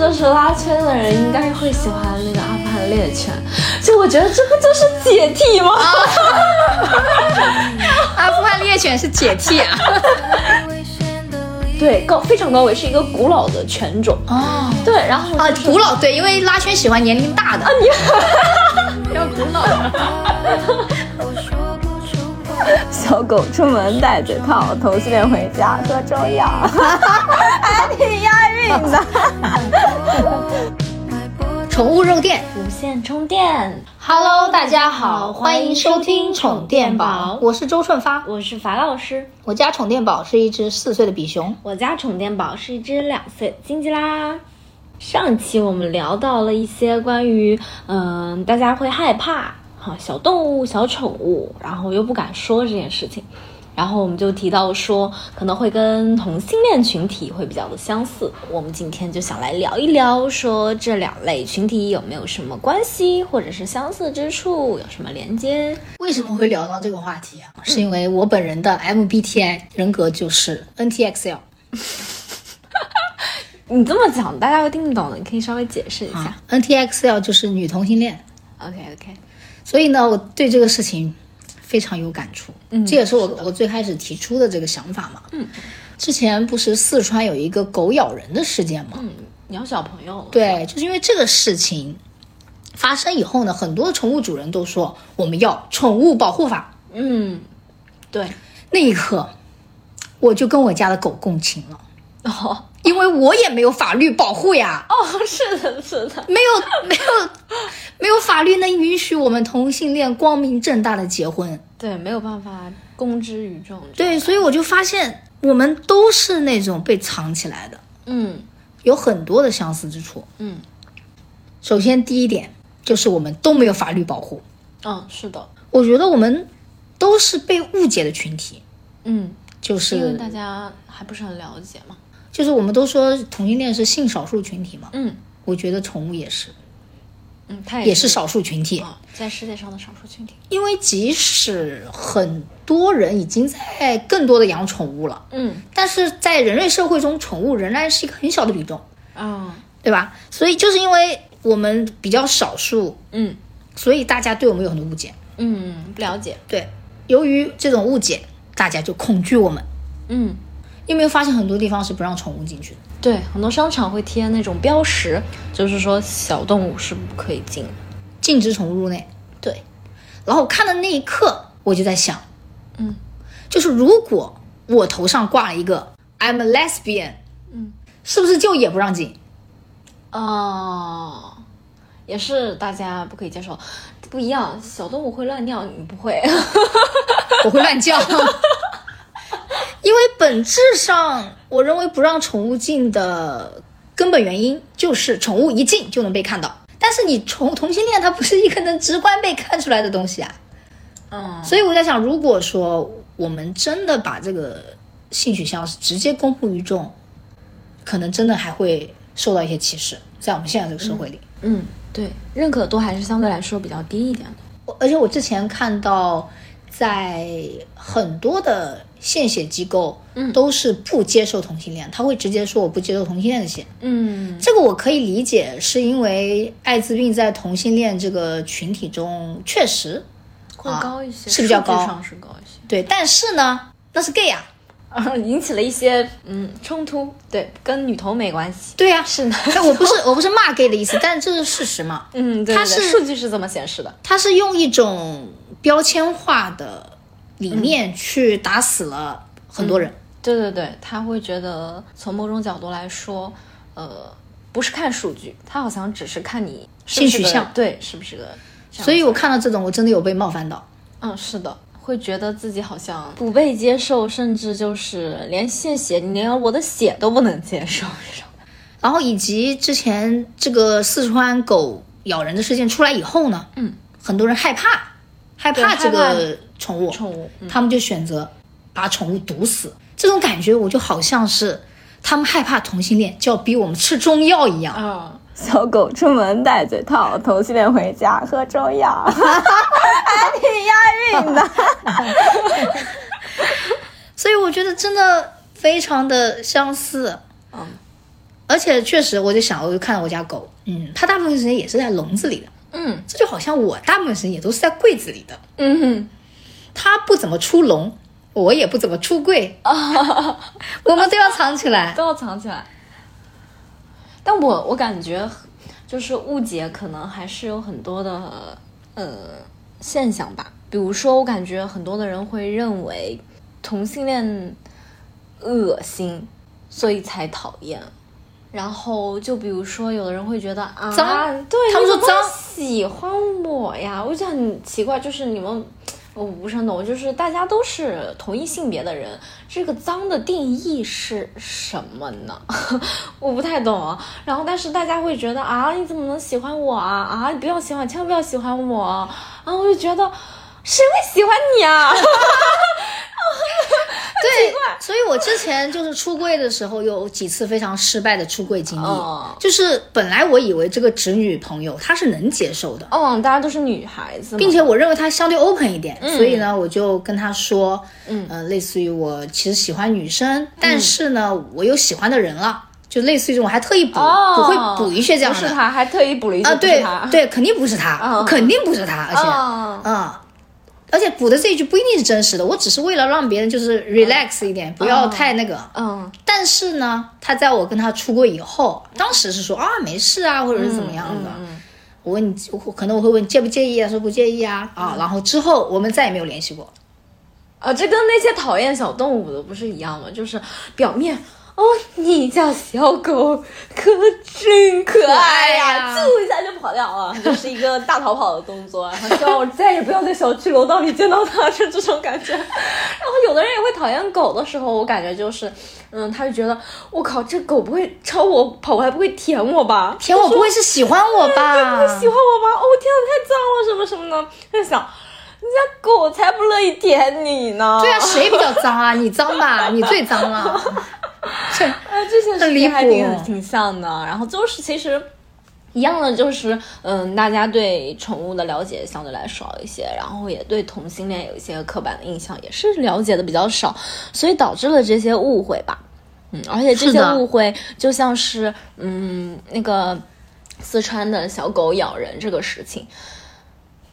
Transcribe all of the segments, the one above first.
当时拉圈的人应该会喜欢那个阿富汗猎犬，就我觉得这不就是解体吗？阿富汗猎犬是解替啊。对，高非常高维，是一个古老的犬种。哦对，然后啊就，是古老对，因为拉圈喜欢年龄大的。要古老。小狗出门戴嘴套，同性恋回家喝中药，还挺押韵的。宠物肉店无线充电， ，Hello，大家好，欢迎收听宠电宝，我是周顺发。我是法老师，我家宠电宝是一只四岁的比熊，我家宠电宝是一只两岁的金吉拉。上期我们聊到了一些关于，嗯、大家会害怕哈小动物、小宠物，然后又不敢说这件事情。然后我们就提到说，可能会跟同性恋群体会比较的相似。我们今天就想来聊一聊，说这两类群体有没有什么关系，或者是相似之处，有什么连接？为什么会聊到这个话题啊？是因为我本人的 MBTI 人格就是 NTXL 你这么讲，大家会听不懂的，你可以稍微解释一下啊。，NTXL 就是女同性恋， OK OK，所以呢，我对这个事情非常有感触。嗯，这也是我我最开始提出的这个想法嘛。嗯，之前不是四川有一个狗咬人的事件吗？嗯，聊小朋友了。对，就是因为这个事情发生以后呢，很多宠物主人都说我们要宠物保护法。嗯，对，那一刻，我就跟我家的狗共情了，哦因为我也没有法律保护呀。哦，是的，是的，没有没有没有法律能允许我们同性恋光明正大的结婚。对，没有办法公之于众。对，，所以我就发现我们都是那种被藏起来的，嗯有很多的相似之处。嗯首先第一点就是我们都没有法律保护，嗯，是的，我觉得我们都是被误解的群体，嗯，就因为是大家还不是很了解嘛。就是我们都说同性恋是性少数群体嘛，嗯我觉得宠物也是，嗯，他也是是少数群体。啊、在世界上的少数群体。因为即使很多人已经在更多的养宠物了，嗯但是在人类社会中，宠物仍然是一个很小的比重，啊对吧？所以就是因为我们比较少数，嗯所以大家对我们有很多误解。嗯，不了解。对，由于这种误解，大家就恐惧我们。嗯，你有没有发现很多地方是不让宠物进去的？对，很多商场会贴那种标识，就是说小动物是不可以进的。禁止宠物入内。对，然后我看的那一刻，我就在想，嗯，就是如果我头上挂了一个 I'm a lesbian，嗯，是不是就也不让进？哦，也是大家不可以接受，不一样。小动物会乱尿，你不会。我会乱叫， 因为本质上，我认为不让宠物进的根本原因就是宠物一进就能被看到，但是你宠同性恋它不是一个能直观被看出来的东西啊，嗯所以我在想，如果说我们真的把这个性取向直接公布于众，可能真的还会受到一些歧视，在我们现在这个社会里。嗯，对，认可度还是相对来说比较低一点的。我而且我之前看到，在很多的献血机构，嗯都是不接受同性恋，他会直接说我不接受同性恋的血。嗯这个我可以理解，是因为艾滋病在同性恋这个群体中确实会高一些，啊是比较高数据上是高一些， 对，但是呢，那是 gay 啊，啊，引起了一些嗯冲突。对，跟女同没关系。对呀、啊是的，但我 不是我不是骂 gay 的意思，但这是事实嘛。嗯，对对对它是数据是这么显示的。他是用一种标签化的理嗯念去打死了很多人。对对对，他会觉得从某种角度来说，呃，不是看数据，他好像只是看你是不是性取个向对，是不是个这样。所以我看到这种，我真的有被冒犯到。嗯，是的，会觉得自己好像不被接受，甚至就是连献血，你连我的血都不能接受这种。然后以及之前这个四川狗咬人的事件出来以后呢，嗯，很多人害怕，害对怕这害个宠物，宠物，嗯他们就选择把宠物毒死。这种感觉我就好像是他们害怕同性恋，就要逼我们吃中药一样。啊，小狗出门戴嘴套，同性恋回家喝中药，还挺押韵的。所以我觉得真的非常的相似。嗯，而且确实，我就想，我就看到我家狗，嗯，它大部分时间也是在笼子里的，嗯这就好像我大部分时间也都是在柜子里的，嗯哼，它不怎么出笼，我也不怎么出柜， 我们都要藏起来。都要藏起来。但我我感觉，就是误解可能还是有很多的呃现象吧。比如说，我感觉很多的人会认为同性恋恶心，所以才讨厌。然后就比如说，有的人会觉得啊，脏对，他们你说怎么脏喜欢我呀，我就很奇怪，就是你们，呃我不是很懂，就是大家都是同一性别的人，这个脏的定义是什么呢？ 我不太懂啊。然后，但是大家会觉得啊，你怎么能喜欢我啊？啊，你不要喜欢，千万不要喜欢我啊！然后我就觉得，谁会喜欢你啊？ 对，所以我之前就是出柜的时候有几次非常失败的出柜经历，哦就是本来我以为这个侄女朋友她是能接受的，嗯，大家都是女孩子嘛，并且我认为她相对 open 一点，所以呢，我就跟她说，嗯呃，类似于我其实喜欢女生，但是呢，我有喜欢的人了，就类似于这种，我还特意补，哦，我会补一些这样不是的。他，还特意补了一句啊，不是对他对，肯定不是他，嗯肯定不是他，而且，哦啊，而且补的这一句不一定是真实的，我只是为了让别人就是 relax 一点，不啊要太那个。嗯但是呢，他在我跟他出柜以后，当时是说啊没事啊，或者是怎么样的。嗯我问你，我可能我会问你介不介意啊，说不介意啊啊。然后之后我们再也没有联系过。嗯啊，这跟那些讨厌小动物的不是一样吗？就是表面哦，你家小狗可真可爱呀、可爱呀啾一下就跑掉了，就是一个大逃跑的动作。啊 然后希望我再也不要在小区楼道里见到它，是这种感觉。 然后有的人也会讨厌狗的时候，我感觉就是，嗯，他就觉得我靠，这狗不会朝我跑，还不会舔我吧？天，啊我不会是喜欢我吧？喜欢我吗？哦，天哪，太脏了，什么什么呢？在想，人家狗才不乐意舔你呢。对啊，谁比较 脏啊？你脏吧，你最脏了。这啊，这些事很离情谱还挺挺像的。然后就是其实一样的，就是嗯，大家对宠物的了解相对来少一些，然后也对同性恋有一些刻板的印象，也是了解的比较少，所以导致了这些误会吧。嗯，而且这是些的误会就像是嗯那个四川的小狗咬人这个事情，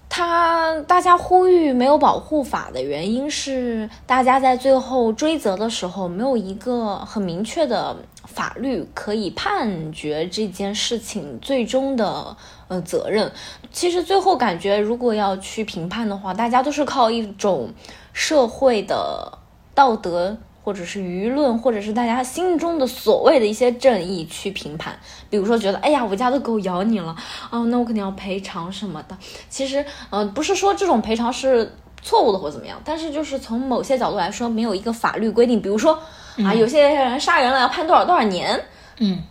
他大家呼吁没有保护法的原因是，大家在最后追责的时候没有一个很明确的法律可以判决这件事情最终的呃责任。其实最后感觉，如果要去评判的话，大家都是靠一种社会的道德。或者是舆论，或者是大家心中的所谓的一些正义去评判，比如说觉得，哎呀，我家的狗咬你了，哦，那我肯定要赔偿什么的。其实，嗯、不是说这种赔偿是错误的或怎么样，但是就是从某些角度来说，没有一个法律规定，比如说、啊，有些人杀人了要判多少多少年，嗯，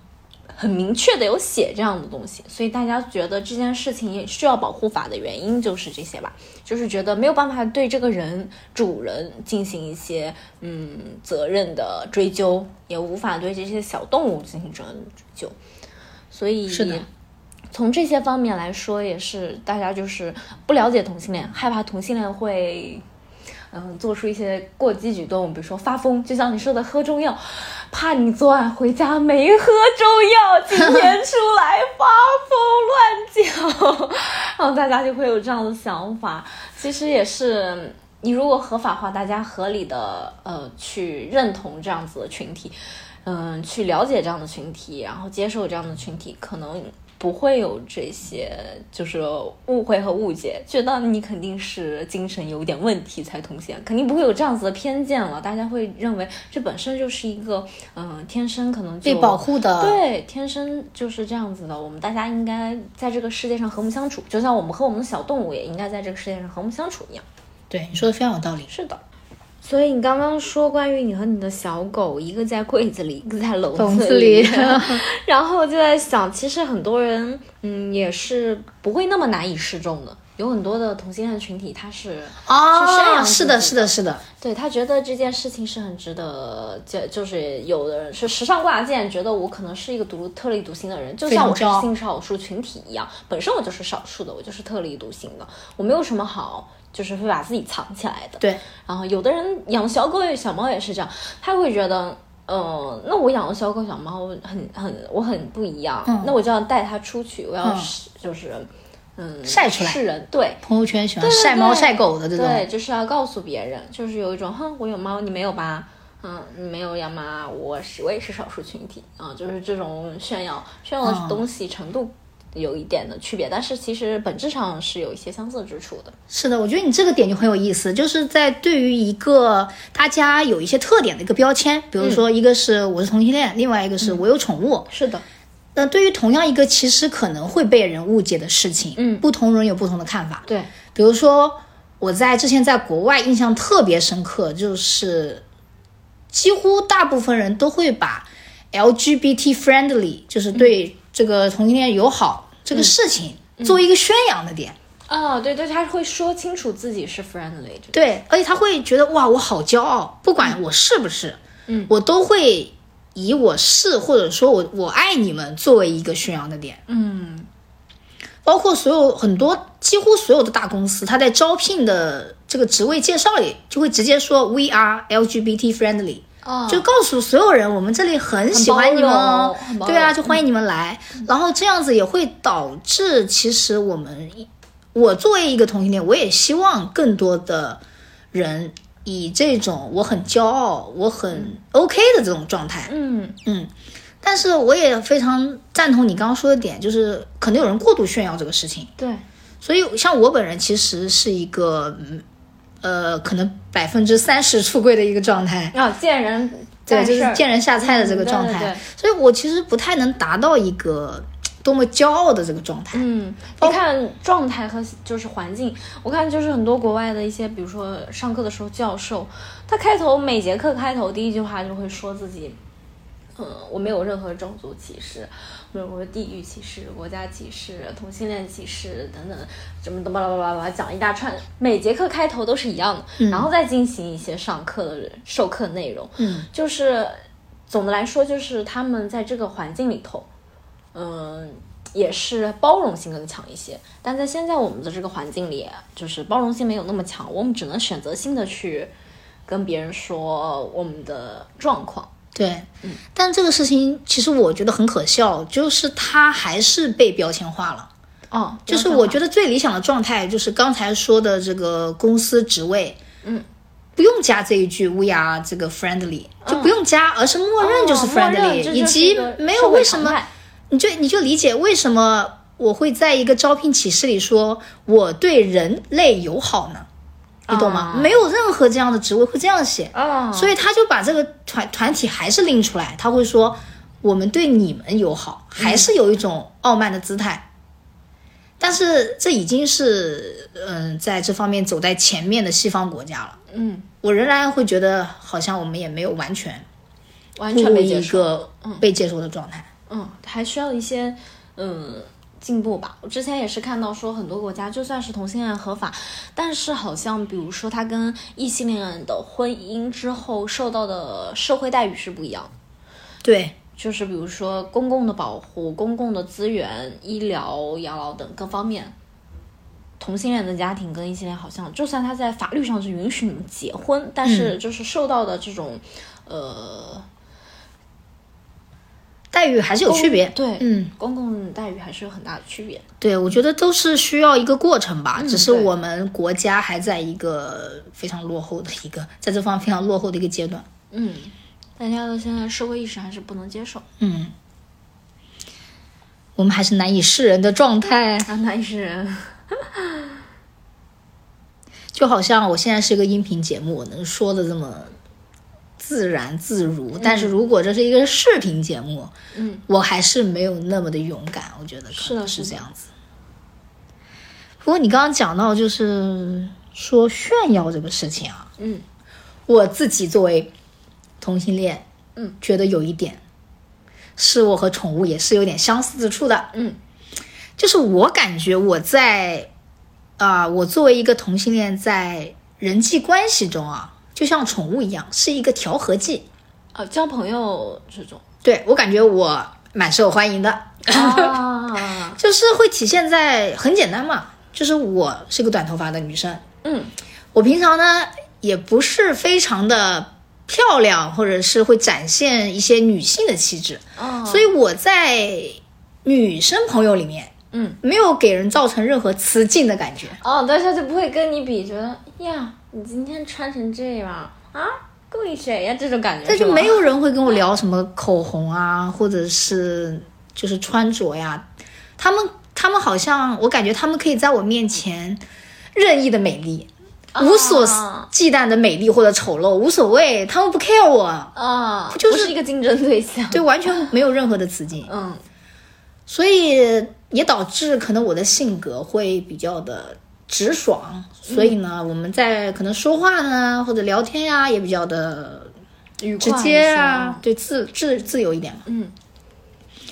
很明确的有写这样的东西，所以大家觉得这件事情也需要保护法的原因就是这些吧，就是觉得没有办法对这个人主人进行一些嗯责任的追究，也无法对这些小动物进行责任的追究，所以是的从这些方面来说，也是大家就是不了解同性恋，害怕同性恋会。嗯，做出一些过激举动，比如说发疯，就像你说的喝中药，怕你昨晚回家没喝中药，今天出来发疯 乱叫，然后大家就会有这样的想法。其实也是，你如果合法化，大家合理的呃去认同这样子的群体，嗯，去了解这样的群体，然后接受这样的群体，可能不会有这些就是误会和误解，觉得你肯定是精神有点问题才同性恋，肯定不会有这样子的偏见了。大家会认为这本身就是一个嗯、天生可能就被保护的。对，天生就是这样子的。我们大家应该在这个世界上和睦相处，就像我们和我们的小动物也应该在这个世界上和睦相处一样。对，你说的非常有道理。是的。所以你刚刚说关于你和你的小狗，一个在柜子里，一个在笼笼子子里，里 然后我就在想，其实很多人，嗯，也是不会那么难以适中的。有很多的同性恋群体，他是去宣哦，扬是自的，己是的，是的，对他觉得这件事情是很值得，就就是有的人是时尚挂件，觉得我可能是一个独特立独行的人，就像我是非常骄傲性少数群体一样，本身我就是少数的，我就是特立独行的，我没有什么好就是会把自己藏起来的。对，然后有的人养小狗也小猫也是这样，他会觉得呃，那我养了小狗小猫，我很很我很不一样。嗯那我就要带它出去，我要嗯是、就是嗯晒出来示人，对朋友圈喜欢对对晒猫对晒狗的这种，对，就是要告诉别人，就是有一种哼，我有猫，你没有吧？嗯，你没有养妈，我是我也是少数群体啊、就是这种炫耀炫耀嗯的东西程度有一点的区别，但是其实本质上是有一些相似之处的。是的，我觉得你这个点就很有意思，就是在对于一个大家有一些特点的一个标签，比如说一个是我是同性恋，另外一个嗯嗯是我有宠物。是的，那、对于同样一个其实可能会被人误解的事情，嗯不同人有不同的看法。对，比如说我在之前在国外印象特别深刻，就是几乎大部分人都会把 LGBT friendly，就是嗯对这个同性恋友好、这个事情作为一个宣扬的点。哦，对对，他会说清楚自己是 friendly，这个对，而且他会觉得哇，我好骄傲，不管我是不是，嗯我都会以我是或者说我我爱你们作为一个宣扬的点。嗯，包括所有很多几乎所有的大公司，他在招聘的这个职位介绍里就会直接说 “We are LGBT friendly”，、哦，就告诉所有人我们这里很喜欢你们哦很包容很，包容嗯对啊，就欢迎你们来。然后这样子也会导致，其实我们我作为一个同性恋，我也希望更多的人以这种我很骄傲、我很 OK 的这种状态，嗯嗯，但是我也非常赞同你刚刚说的点，就是可能有人过度炫耀这个事情，对，所以像我本人其实是一个，嗯呃，可能百分之三十出柜的一个状态，啊，见人对，办就事是儿见人下菜的这个状态，嗯对对对所以我其实不太能达到一个多么骄傲的这个状态，嗯，你看状态和就是环境，我看就是很多国外的一些，比如说上课的时候，教授他开头每节课开头第一句话就会说自己，嗯，我没有任何种族歧视，没有地域歧视、国家歧视、同性恋歧视等等，什么的巴拉巴拉巴拉讲一大串，每节课开头都是一样的，然后再进行一些上课的授课内容，嗯，就是总的来说，就是他们在这个环境里头。嗯，也是包容性更强一些。但在现在我们的这个环境里，就是包容性没有那么强，我们只能选择性的去跟别人说我们的状况。对，嗯但这个事情其实我觉得很可笑，就是它还是被标签化了。哦，就是我觉得得最理想的状态就是刚才说的这个公司职位，嗯，不用加这一句 “we are” 这个 friendly，、就不用加，而是默认就是嗯哦默认 friendly，、这就是以及一个没有社会为什常么态，你就你就理解为什么我会在一个招聘启事里说我对人类友好呢？你懂吗？啊没有任何这样的职位会这样写，啊，所以他就把这个团团体还是拎出来，他会说我们对你们友好，还是有一种傲慢的姿态。但是这已经是嗯，在这方面走在前面的西方国家了。嗯，我仍然会觉得好像我们也没有完全完步全入没接一受。个被接受的状态。嗯，还需要一些嗯进步吧。我之前也是看到说，很多国家就算是同性恋合法，但是好像比如说他跟异性恋的婚姻之后受到的社会待遇是不一样的。对，就是比如说公共的保护、公共的资源、医疗、养老等各方面。同性恋的家庭跟异性恋好像，就算他在法律上是允许你们结婚，但是就是受到的这种，呃，待遇还是有区别。对，嗯，公共待遇还是有很大的区别的。对，我觉得都是需要一个过程吧，只是嗯对我们国家还在一个非常落后的一个，在这方面非常落后的一个阶段。嗯，大家的现在社会意识还是不能接受， 嗯，我们还是难以示人的状态，啊，那也是，就好像我现在是一个音频节目，我能说的这么自然自如，但是如果这是一个视频节目，嗯，我还是没有那么的勇敢，我觉得可是能的是是的这样子。不过你刚刚讲到就是说炫耀这个事情啊，嗯，我自己作为同性恋，嗯，觉得有一点是我和宠物也是有点相似之处的，嗯，就是我感觉我在啊、我作为一个同性恋，在人际关系中啊，就像宠物一样，是一个调和剂。呃，交朋友这种对我感觉我蛮受欢迎的，啊，就是会体现在很简单嘛，就是我是个短头发的女生， 嗯我平常呢也不是非常的漂亮，或者是会展现一些女性的气质。哦所以我在女生朋友里面，嗯，没有给人造成任何雌竞的感觉。哦，但是他就不会跟你比，觉得呀，你今天穿成这样啊，故意谁呀？这种感觉，但是就吗没有人会跟我聊什么口红啊，或者是就是穿着呀。他们他们好像我感觉他们可以在我面前任意的美丽，啊无所忌惮的美丽或者丑陋无所谓，他们不 care 我，啊，就不是是一个竞争对象。对，完全没有任何的雌竞，嗯，所以也导致可能我的性格会比较的。直爽，所以呢，我们在可能说话呢，或者聊天呀、也比较的愉直快一接些啊，。对，自自自由一点嘛。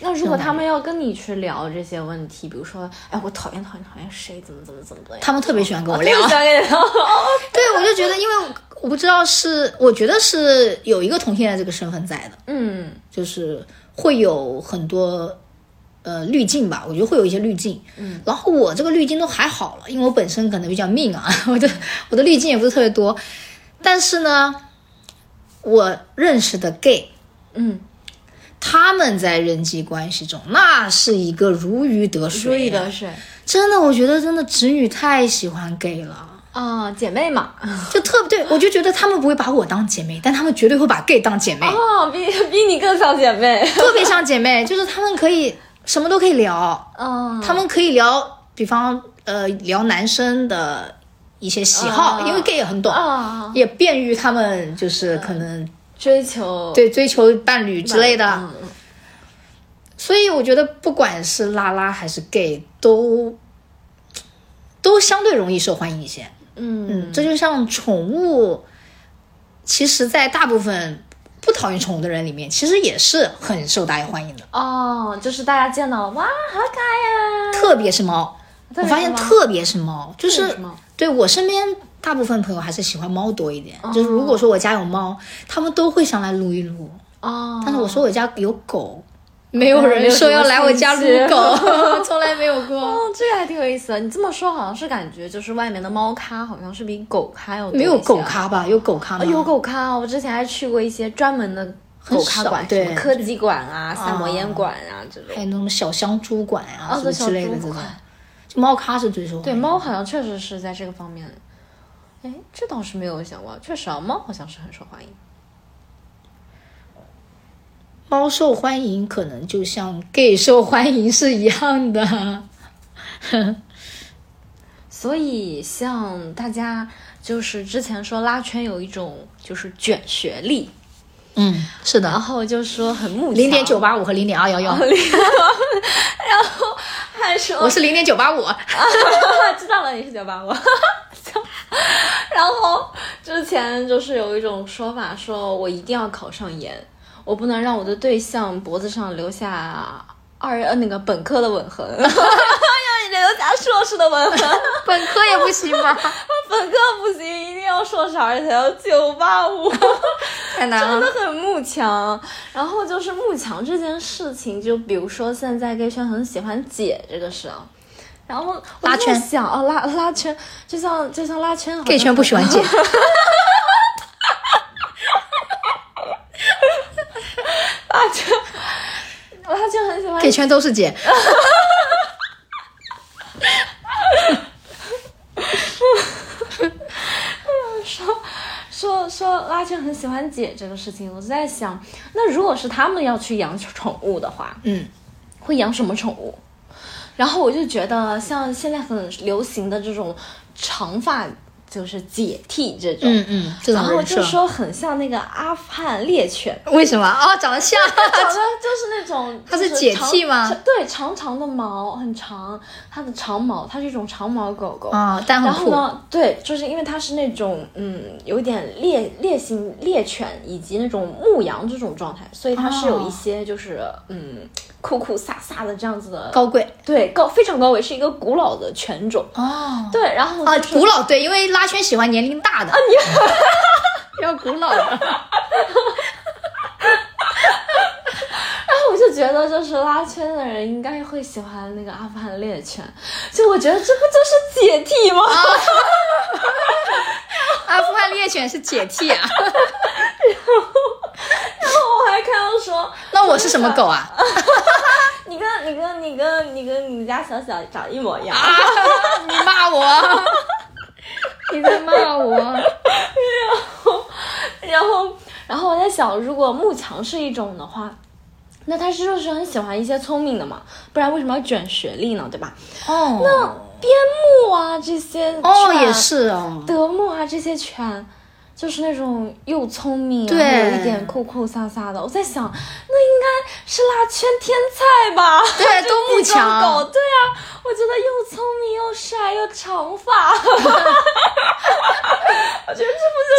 那如果他们要跟你去聊这些问题，比如说，哎，我讨厌讨厌讨厌谁，怎么怎么怎么怎么样，他们特别喜欢跟我聊。特别喜欢跟你聊。啊对，我就觉得，因为我不知道是，我觉得是有一个同性恋这个身份在的， 嗯就是会有很多呃滤镜吧，我觉得会有一些滤镜。嗯，然后我这个滤镜都还好了，因为我本身可能比较命啊， 我的我的滤镜也不是特别多，但是呢，我认识的 gay。嗯，他们在人际关系中，那是一个如鱼得水、啊注意的，是真的，我觉得真的直女太喜欢 gay 了。啊，姐妹嘛，就特别对我就觉得他们不会把我当姐妹，但他们绝对会把 gay 当姐妹，哦，比比你更像姐妹。特别像姐 妹，就是他们可以什么都可以聊，嗯，他们可以聊，比方呃聊男生的一些喜好，啊因为 gay 也很懂，啊，也便于他们就是可能追求对追求伴侣之类的，嗯所以我觉得不管是拉拉还是 gay 都。都相对容易受欢迎一些，嗯嗯，这就像宠物，其实，在大部分不讨厌宠物的人里面，其实也是很受大家欢迎的，哦，就是大家见到了，哇，好可爱呀、啊特别是猫。特别是我猫发现特别嗯是猫，就特别是是猫对我身边大部分朋友还是喜欢猫多一点。就是如果说我家有猫，他们都会上来撸一撸。哦，但是我说我家有狗， 没有没有人什说么要来我家撸兴趣狗， 从来没有过。哦，这个还挺有意思的。你这么说，好像是感觉就是外面的猫咖好像是比狗咖要多一 些没有狗咖吧？有狗咖啊，吗？有狗咖哦。我之前还去过一些专门的狗咖馆，很少对什么科技馆啊、萨摩耶馆啊这种还。有那种小香猪馆啊哦什么小之类的猪这种馆，就猫咖是最受欢对，迎的。猫好像确实是在这个方面，哎，这倒是没有想过。确实啊，猫好像是很受欢迎。猫受欢迎，可能就像 gay 受欢迎是一样的。所以，像大家就是之前说拉圈有一种就是卷学历，嗯，是然的，后就说很慕强，零点九八五和零点二幺幺，还说我是零点九八五。 知道了你是九八五。然后之前就是有一种说法，说我一定要考上研，我不能让我的对象脖子上留下二呃那个本科的吻痕，要 留下硕士的吻痕，本科也不行吗？本科不行，一定要硕士，而且要九八五。 太难真了。的很慕强。然后就是慕强这件事情，就比如说现在 gay 圈很喜欢“姐”这个事啊。然后我拉就圈在想哦，拉拉圈，就像就像拉圈好像 gay 圈不喜欢 姐，拉圈，拉圈很喜欢 gay 圈都是姐。说说拉圈很喜欢姐这个事情，我就在想，那如果是他们要去养宠物的话，嗯，会养什么宠物？然后我就觉得，像现在很流行的这种长发就是解剃这种，嗯嗯这种然后人设就说很像那个阿富汗猎 犬，为什么？哦，长得像。长得就是那种， 它是就解长剃吗对，长长的毛很长，它的长毛，它是一种长毛狗狗。啊，但然很后酷。呢，对，就是因为它是那种嗯，有点猎猎型猎犬以及那种牧羊这种状态，所以它是啊有一些就是、嗯酷酷飒飒的这样子的高贵对高非常高贵，是一个古老的犬种。哦对，然后啊就，是古老对，因为拉圈喜欢年龄大的。要古 老的，我就觉得，就是拉圈的人应该会喜欢那个阿富汗猎犬，就我觉得这不就是解体吗？啊 啊 阿富汗猎犬是解替啊，说，那我是什么狗啊？你跟你跟你跟你跟你们家小小长一模一样，啊 你骂我？你在骂 我？然后然后我在想，如果慕强是一种的话。那他是就是很喜欢一些聪明的嘛，不然为什么要卷学历呢？对吧？哦，边牧啊这些 哦犬也是哦，德牧啊这些犬，就是那种又聪明，对然后有一点酷酷飒飒的。我在想，那应该是辣圈天菜吧？对这几种 都慕强狗，对啊，我觉得又聪明又帅又长发， 我觉得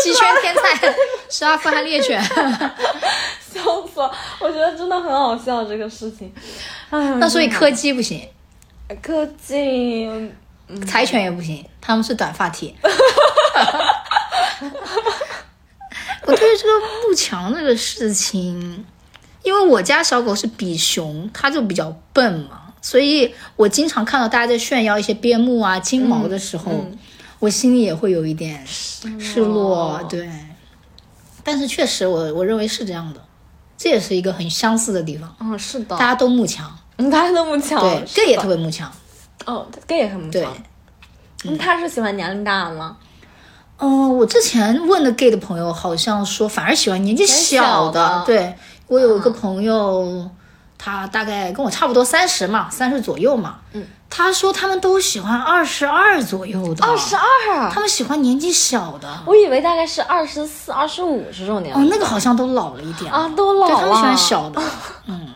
这鸡圈天才是阿富汗猎 犬，不就笑死了？我觉得真的很好笑这个事情。呃哎呀，那所以柯基不行，科技柴犬也不行，他们是短发体。 我对于这个慕强这个事情，因为我家小狗是比熊，它就比较笨嘛，所以我经常看到大家在炫耀一些边牧啊、金毛的时候，我心里也会有一点嗯失落。对，但是确实我，我认为是这样的，这也是一个很相似的地方，嗯是的大，家都慕强，嗯大家都慕强，对，是这也的特别慕强。哦，这也很慕对强。嗯他是喜欢年龄大的吗？哦，我之前问的 gay 的朋友好像说，反而喜欢年纪小年小的嗯对我有一个朋友，他大概跟我差不多三十嘛，三十左右嘛。嗯，他说他们都喜欢二十二左右的，二哦十，二，啊他们喜欢年纪小的。我以为大概是二十四、二十五是这种年哦龄、，那个好像都老了一点啊，都老对了。他们喜欢小 的，嗯，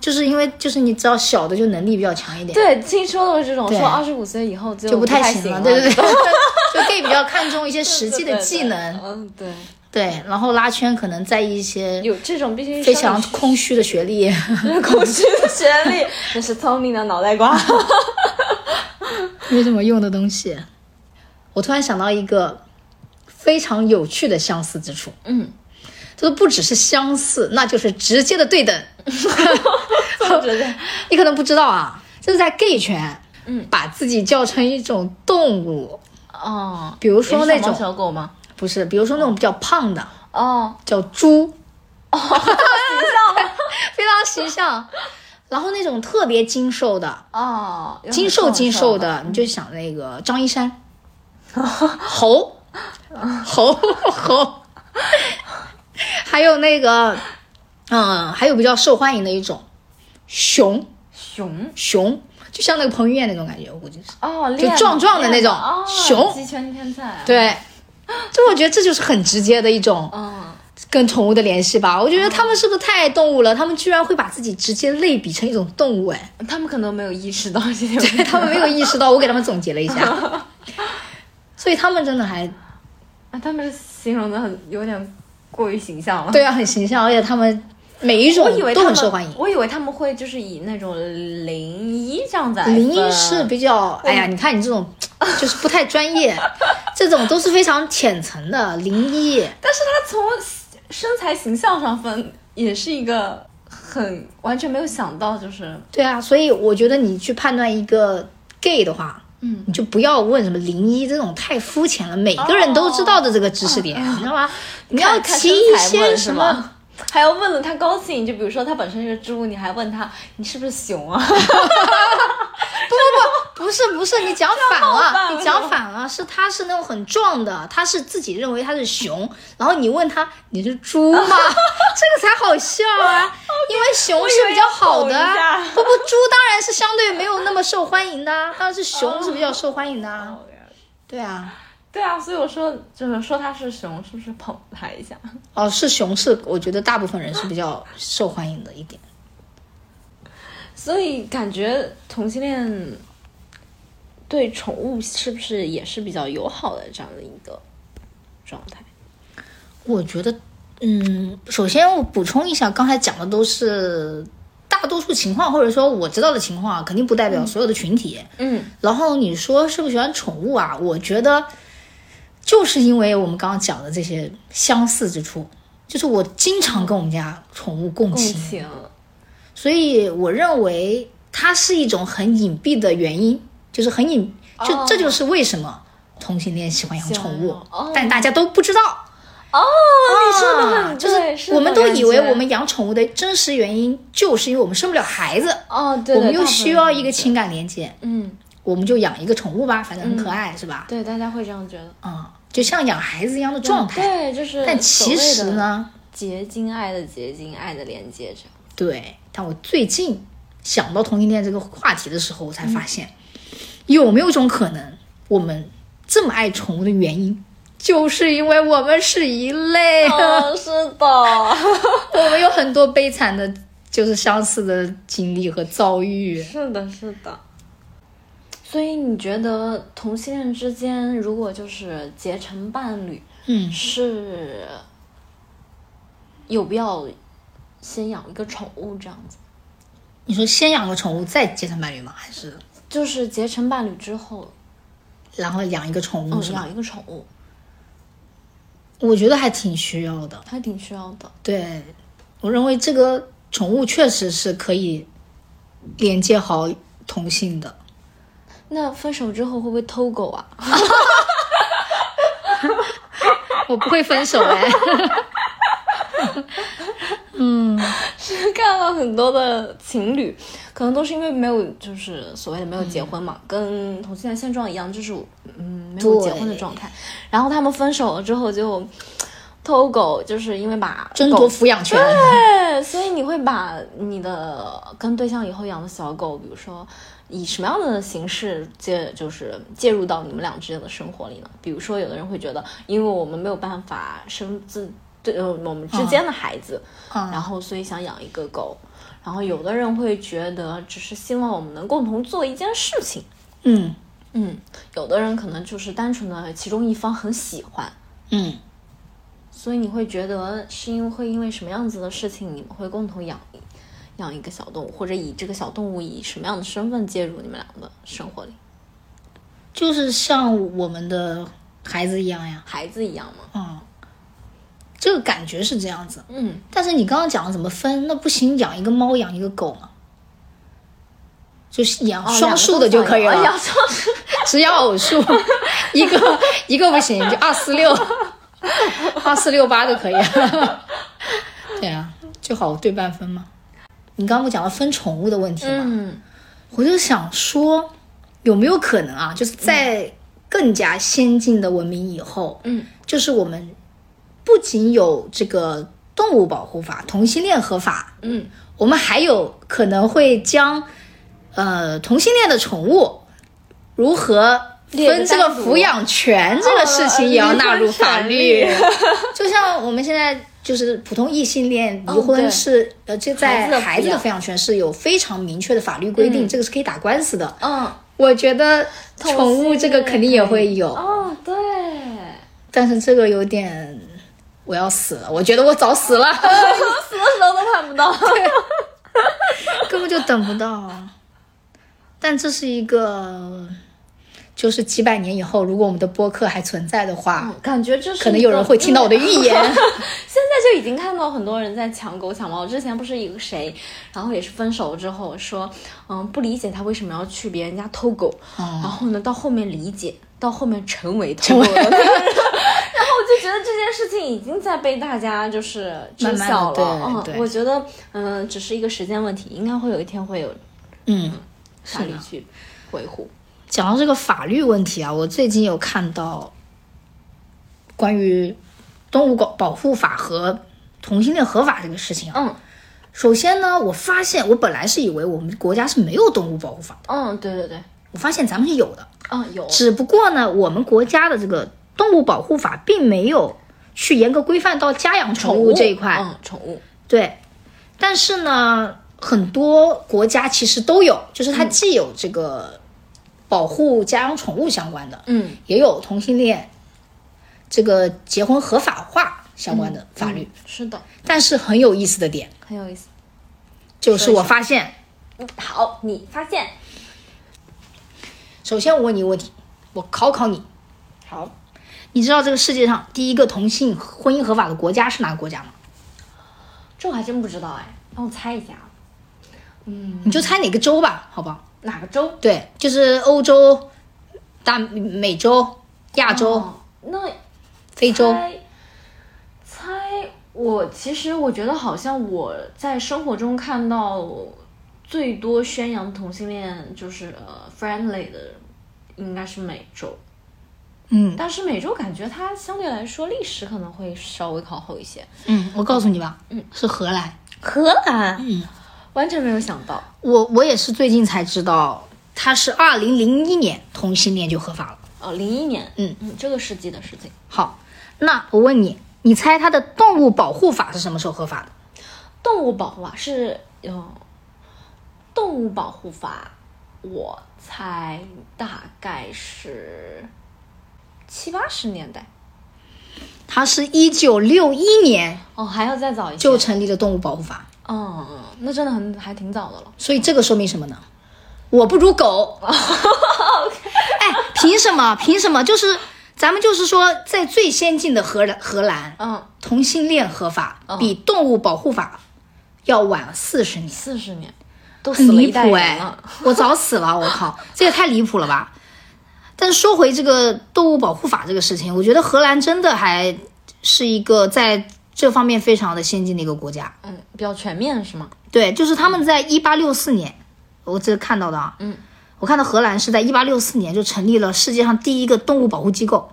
就是因为就是你知道小的就能力比较强一点，，对，听说了这种对说二十五岁以后就就不不太行行了，了，对 对对，就 gay 比较看重一些实际的技能，嗯，对，对，然后拉圈可能在意一些有这种必须非常空虚的学历。空虚的学历，那是聪明的脑袋 瓜。没什么用的东西。我突然想到一个非常有趣的相似之处，嗯，就是不只是相似，那就是直接的对等。我觉得你可能不知道啊，就是在 gay 圈，嗯，把自己叫成一种动物，哦，比如说那也是小种猫小狗吗？不是，比如说那种比较胖的哦，叫猪，哦，非常形 象。然后那种特别精瘦的，哦，精瘦精瘦的，的，你就想那个张一山，猴，猴猴，还有那个，嗯，还有比较受欢迎的一种熊熊熊，就像那个彭于晏那种感觉，我估计是。哦，就练壮壮的那练种哦熊鸡圈天菜，，对，就我觉得这就是很直接的一种嗯，跟宠物的联系吧。我觉得他们是不是太动物了？他们居然会把自己直接类比成一种动物，哎， 他们可能没有意识到这些问题，他们没有意识到，我给他们总结了一下， 所以他们真的还啊，他们形容的很有点过于形象了。对啊，很形象，而且他们每一种我以为他都们很受欢迎。我以为他们会就是以那种零一这样子来分。林一是比较，哎呀，你看你 这种就是不太专业，这种都是非常浅层的。林一，但是他从身材形象上分，也是一个很完全没有想到，就是对啊，所以我觉得你去判断一个 gay 的话，嗯，你就不要问什么林一这种太肤浅了，每个人都知道的这个知识点，你知道吗？你要哦看看提身一材些问什是么 吗？还要问了他高兴，就比如说他本身是猪，你还问他你是不是熊啊？不是不是，你讲 反冒犯了，了你讲反了，是他是那种很壮的，他是自己认为他是熊，然后你问他你是 猪吗？这个才好笑啊，因为熊是比较好的我以为要吼啊一下，不不，猪当然是相对没有那么受欢迎的啊，当然是熊是比较受欢迎的哦啊，对啊，对啊，所以我说就是说他是熊，是不是捧他一下？哦，是熊是我觉得大部分人是比较受欢迎的一点，所以感觉同性恋对宠物是不是也是比较友好的这样的一个状态？我觉得，嗯，首先我补充一下，刚才讲的都是。大多数情况，或者说我知道的情况啊，肯定不代表所有的群体。嗯，然后你说是不是喜欢宠物啊？我觉得就是因为我们刚刚讲的这些相似之处，就是我经常跟我们家宠物共共情，情嗯所以我认为它是一种很隐蔽的原因，就是很隐，就、哦这就是为什么同性恋喜欢养宠物，喜欢养哦但大家都不知道。哦，你说的啊，很就对，是我们都以为我们养宠物的真实原因，就是因为我们生不了孩子，哦，对，我们又需要一个情感连接，嗯，我们就养一个宠物吧，反正很可爱，是吧？对，大家会这样觉得啊、就像养孩子一样的状态。对，就是但其实，呢，结晶爱的结晶，爱的连接着，对，但我最近想到同性恋这个话题的时候，我才嗯发现，有没有一种可能，我们这么爱宠物的原因，就是因为我们是一类，嗯，是 的， 我们有很多悲惨的，就是相似的经历和遭遇。是的，是的。所以你觉得同性恋之间，如果就是结成伴侣，嗯，是有必要先养一个宠物这样子？你说先养个宠物再结成伴侣吗？还是就是结成伴侣之后，然后养一个宠物嗯，是吧？养一个宠物我觉得还挺需要的。还挺需要的。对，我认为这个宠物确实是可以连接好同性的。那分手之后会不会偷狗啊？我不会分手哎， 看到很多的情侣，可能都是因为没有，就是所谓的没有结婚嗯嘛，跟同性恋现状一样，就是嗯没有结婚的状态。然后他们分手了之后就偷狗，就是因为把 争狗夺抚养权。对， 所以你会把你的跟对象以后养的小狗，比如说以什么样的形式介，就是介入到你们俩之间的生活里呢？比如说，有的人会觉得，因为我们没有办法生自对呃我们之间的孩子，嗯然后所以想养一个狗。然后有的人会觉得，只是希望我们能共同做一件事情。 嗯嗯，有的人可能就是单纯的其中一方很喜欢，嗯，所以你会觉得是因为会因为什么样子的事情，你们会共同养养一个小动物，或者以这个小动物以什么样的身份介入你们俩的生活里，就是像我们的孩子一样呀。孩子一样吗？嗯，这个感觉是这样子。嗯，但是你刚刚讲了怎么分，那不行，养一个猫，养一个狗嘛，就是养双数的就可以了，哦两个哦都 想养只要 偶数，一个一个不行，就二四六，二四六八就可 以了。对啊，就好对半分嘛。你刚刚不讲到分宠物的问题吗？嗯，我就想说，有没有可能啊？就是在更加先进的文明以后，嗯，就是我们不仅有这个动物保护法、同性恋合法，嗯，我们还有可能会将呃同性恋的宠物如何列个分这个单独抚养权这个事情也要纳入法律哦离婚， 就像我们现在。就是普通异性恋离哦对婚是、呃，这孩子的抚在孩子的养抚养权是有非常明确的法律规定，这个是可以打官司的。嗯，我觉得同性宠物这个肯定也会有，哦，对，但是这个有点，我要死了，我觉得我早死了，死的时候都看不 到。根本就等不到。啊但这是一个，就是几百年以后，如果我们的播客还存在的话，嗯感觉这是嗯可能有人会听到我的预言。 现在就已经看到很多人在抢狗抢猫。之前不是一个谁，然后也是分手之后说，嗯，不理解他为什么要去别人家偷狗，嗯然哦后呢，到后面理解，到后面成为偷狗的那个人， 然后我就觉得这件事情已经在被大家就是知晓了。慢慢地嗯，对对我觉得嗯、只是一个时间问题，应该会有一天会有嗯，法律去维护。讲到这个法律问题啊，我最近有看到关于动物保保护法和同性恋合法这个事情啊。嗯首先呢，我发现我本来是以为我们国家是没有动物保护法的，嗯，对对对，我发现咱们是有的，嗯有，只不过呢，我们国家的这个动物保护法并没有去严格规范到家养宠物这一块。嗯，宠物，对，但是呢，很多国家其实都有，就是嗯它既有这个保护家养宠物相关的，嗯也有同性恋这个结婚合法化相关嗯的法律。是的，但是很有意思的点很有意思。嗯就是，我发现，好，你发现首先我问你一个问题，我考考你，好，你知道这个世界上第一个同性婚姻合法的国家是哪个国家吗？这我还真不知道哎，让我猜一下啊，你就猜哪个州吧，好吧？哪个州？对，就是欧洲、大美洲、亚洲、哦那非洲。猜我其实我觉得好像我在生活中看到最多宣扬同性恋就是呃 friendly 的，应该是美洲。嗯但是美洲感觉它相对来说历史可能会稍微靠后一些。嗯，我告诉你吧，嗯，是荷兰。荷兰，嗯，完全没有想到。我我也是最近才知道，它是二零零一年同性恋就合法了。哦，零一年，嗯嗯，这个世纪的事情。好，那我问你，你猜它的动物保护法是什么时候合法的？动物保护法是有动物保护法，我猜大概是七八十年代它是一九六一年哦，还要再早一些。就成立的动物保护法，嗯，嗯那真的很还挺早的了。所以这个说明什么呢？我不 如狗。哎，凭什么？凭什么？就是咱们就是说，在最先进的荷兰荷兰，嗯，同性恋合法比动物保护法要晚四十年。四十年，都死很了离一代谱人哎了。！ 我早死了，我靠，这也太离谱了吧！但是说回这个动物保护法这个事情，我觉得荷兰真的还是一个在这方面非常的先进的一个国家。嗯，比较全面是吗？对，就是他们在一八六四年，我这看到的啊，嗯，我看到荷兰是在一八六四年就成立了世界上第一个动物保护机构，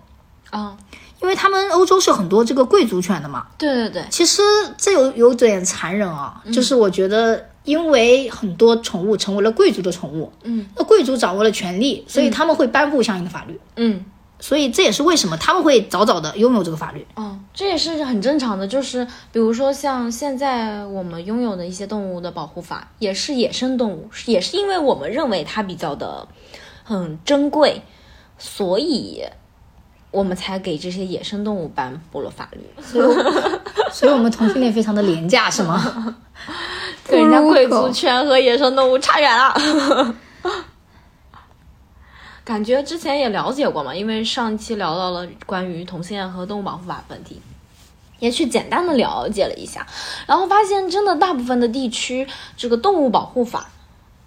啊、因为他们欧洲是很多这个贵族犬的嘛，对对对，其实这有有点残忍啊，就是我觉得，因为很多宠物成为了贵族的宠物，嗯，那贵族掌握了权力，所以他们会颁布相应的法律，嗯。所以这也是为什么他们会早早的拥有这个法律。哦，这也是很正常的，就是比如说像现在我们拥有的一些动物的保护法，也是野生动物，也是因为我们认为它比较的很珍贵，所以我们才给这些野生动物颁布了法律。所以我们 同性恋非常的廉价，是吗？对，人家贵族狗圈和野生动物差远 了。感觉之前也了解过嘛，因为上一期聊到了关于同性恋和动物保护法本地，也去简单的了解了一下，然后发现真的大部分的地区，这个动物保护法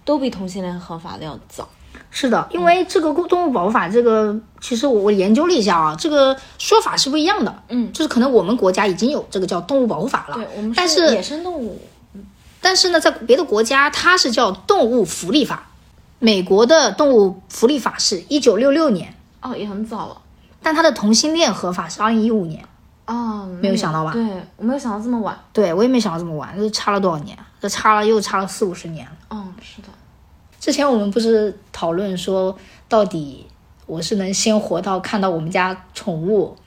都比同性恋合法的要早。是的，嗯因为这个动物保护法，这个其实我我研究了一下啊，这个说法是不一样的。嗯就是可能我们国家已经有这个叫动物保护法了，对，我们但是是野生动物，但是呢，在别的国家它是叫动物福利法，美国的动物福利法是一九六六年，哦，也很早了。但它的同性恋合法是二零一五年。哦，没有想到吧对，我没有想到这么晚。对我也没想到这么晚，这差了多少年？这差了又差了四五十年了。嗯，是的。之前我们不是讨论说，到底我是能先活到看到我们家宠物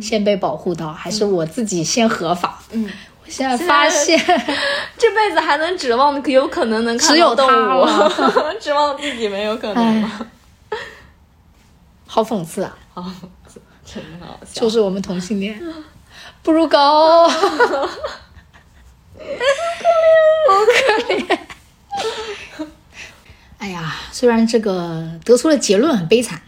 先被保护到，还是我自己先合法？嗯，我现在发现，这辈子还能指望有可能能看到只有动他物 了，指望自己没有可能哎吗？，好讽刺 啊！好，真的好 笑。就是我们同性恋，不如狗。哎呀，虽然这个得出的结论很悲惨，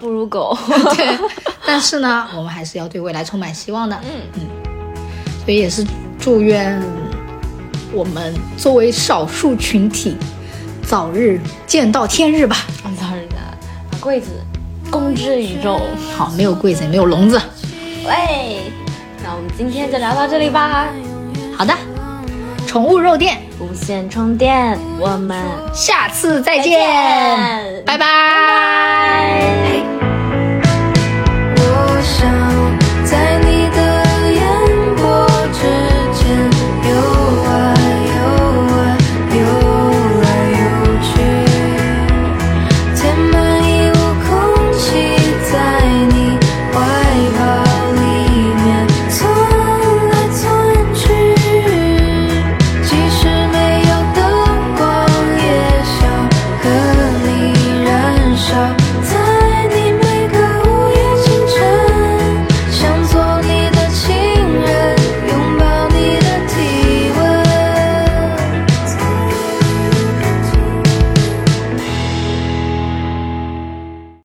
不如 狗。对， 但是呢，我们还是要对未来充满希望的。嗯嗯，所以也是祝愿我们作为少数群体，早日见到天日吧。我操人家，把柜子公之于众。好，没有柜子，也没有笼子。喂，那我们今天就聊到这里吧。好的，宠物肉店，无线充电，我们下次再见，再见拜拜拜。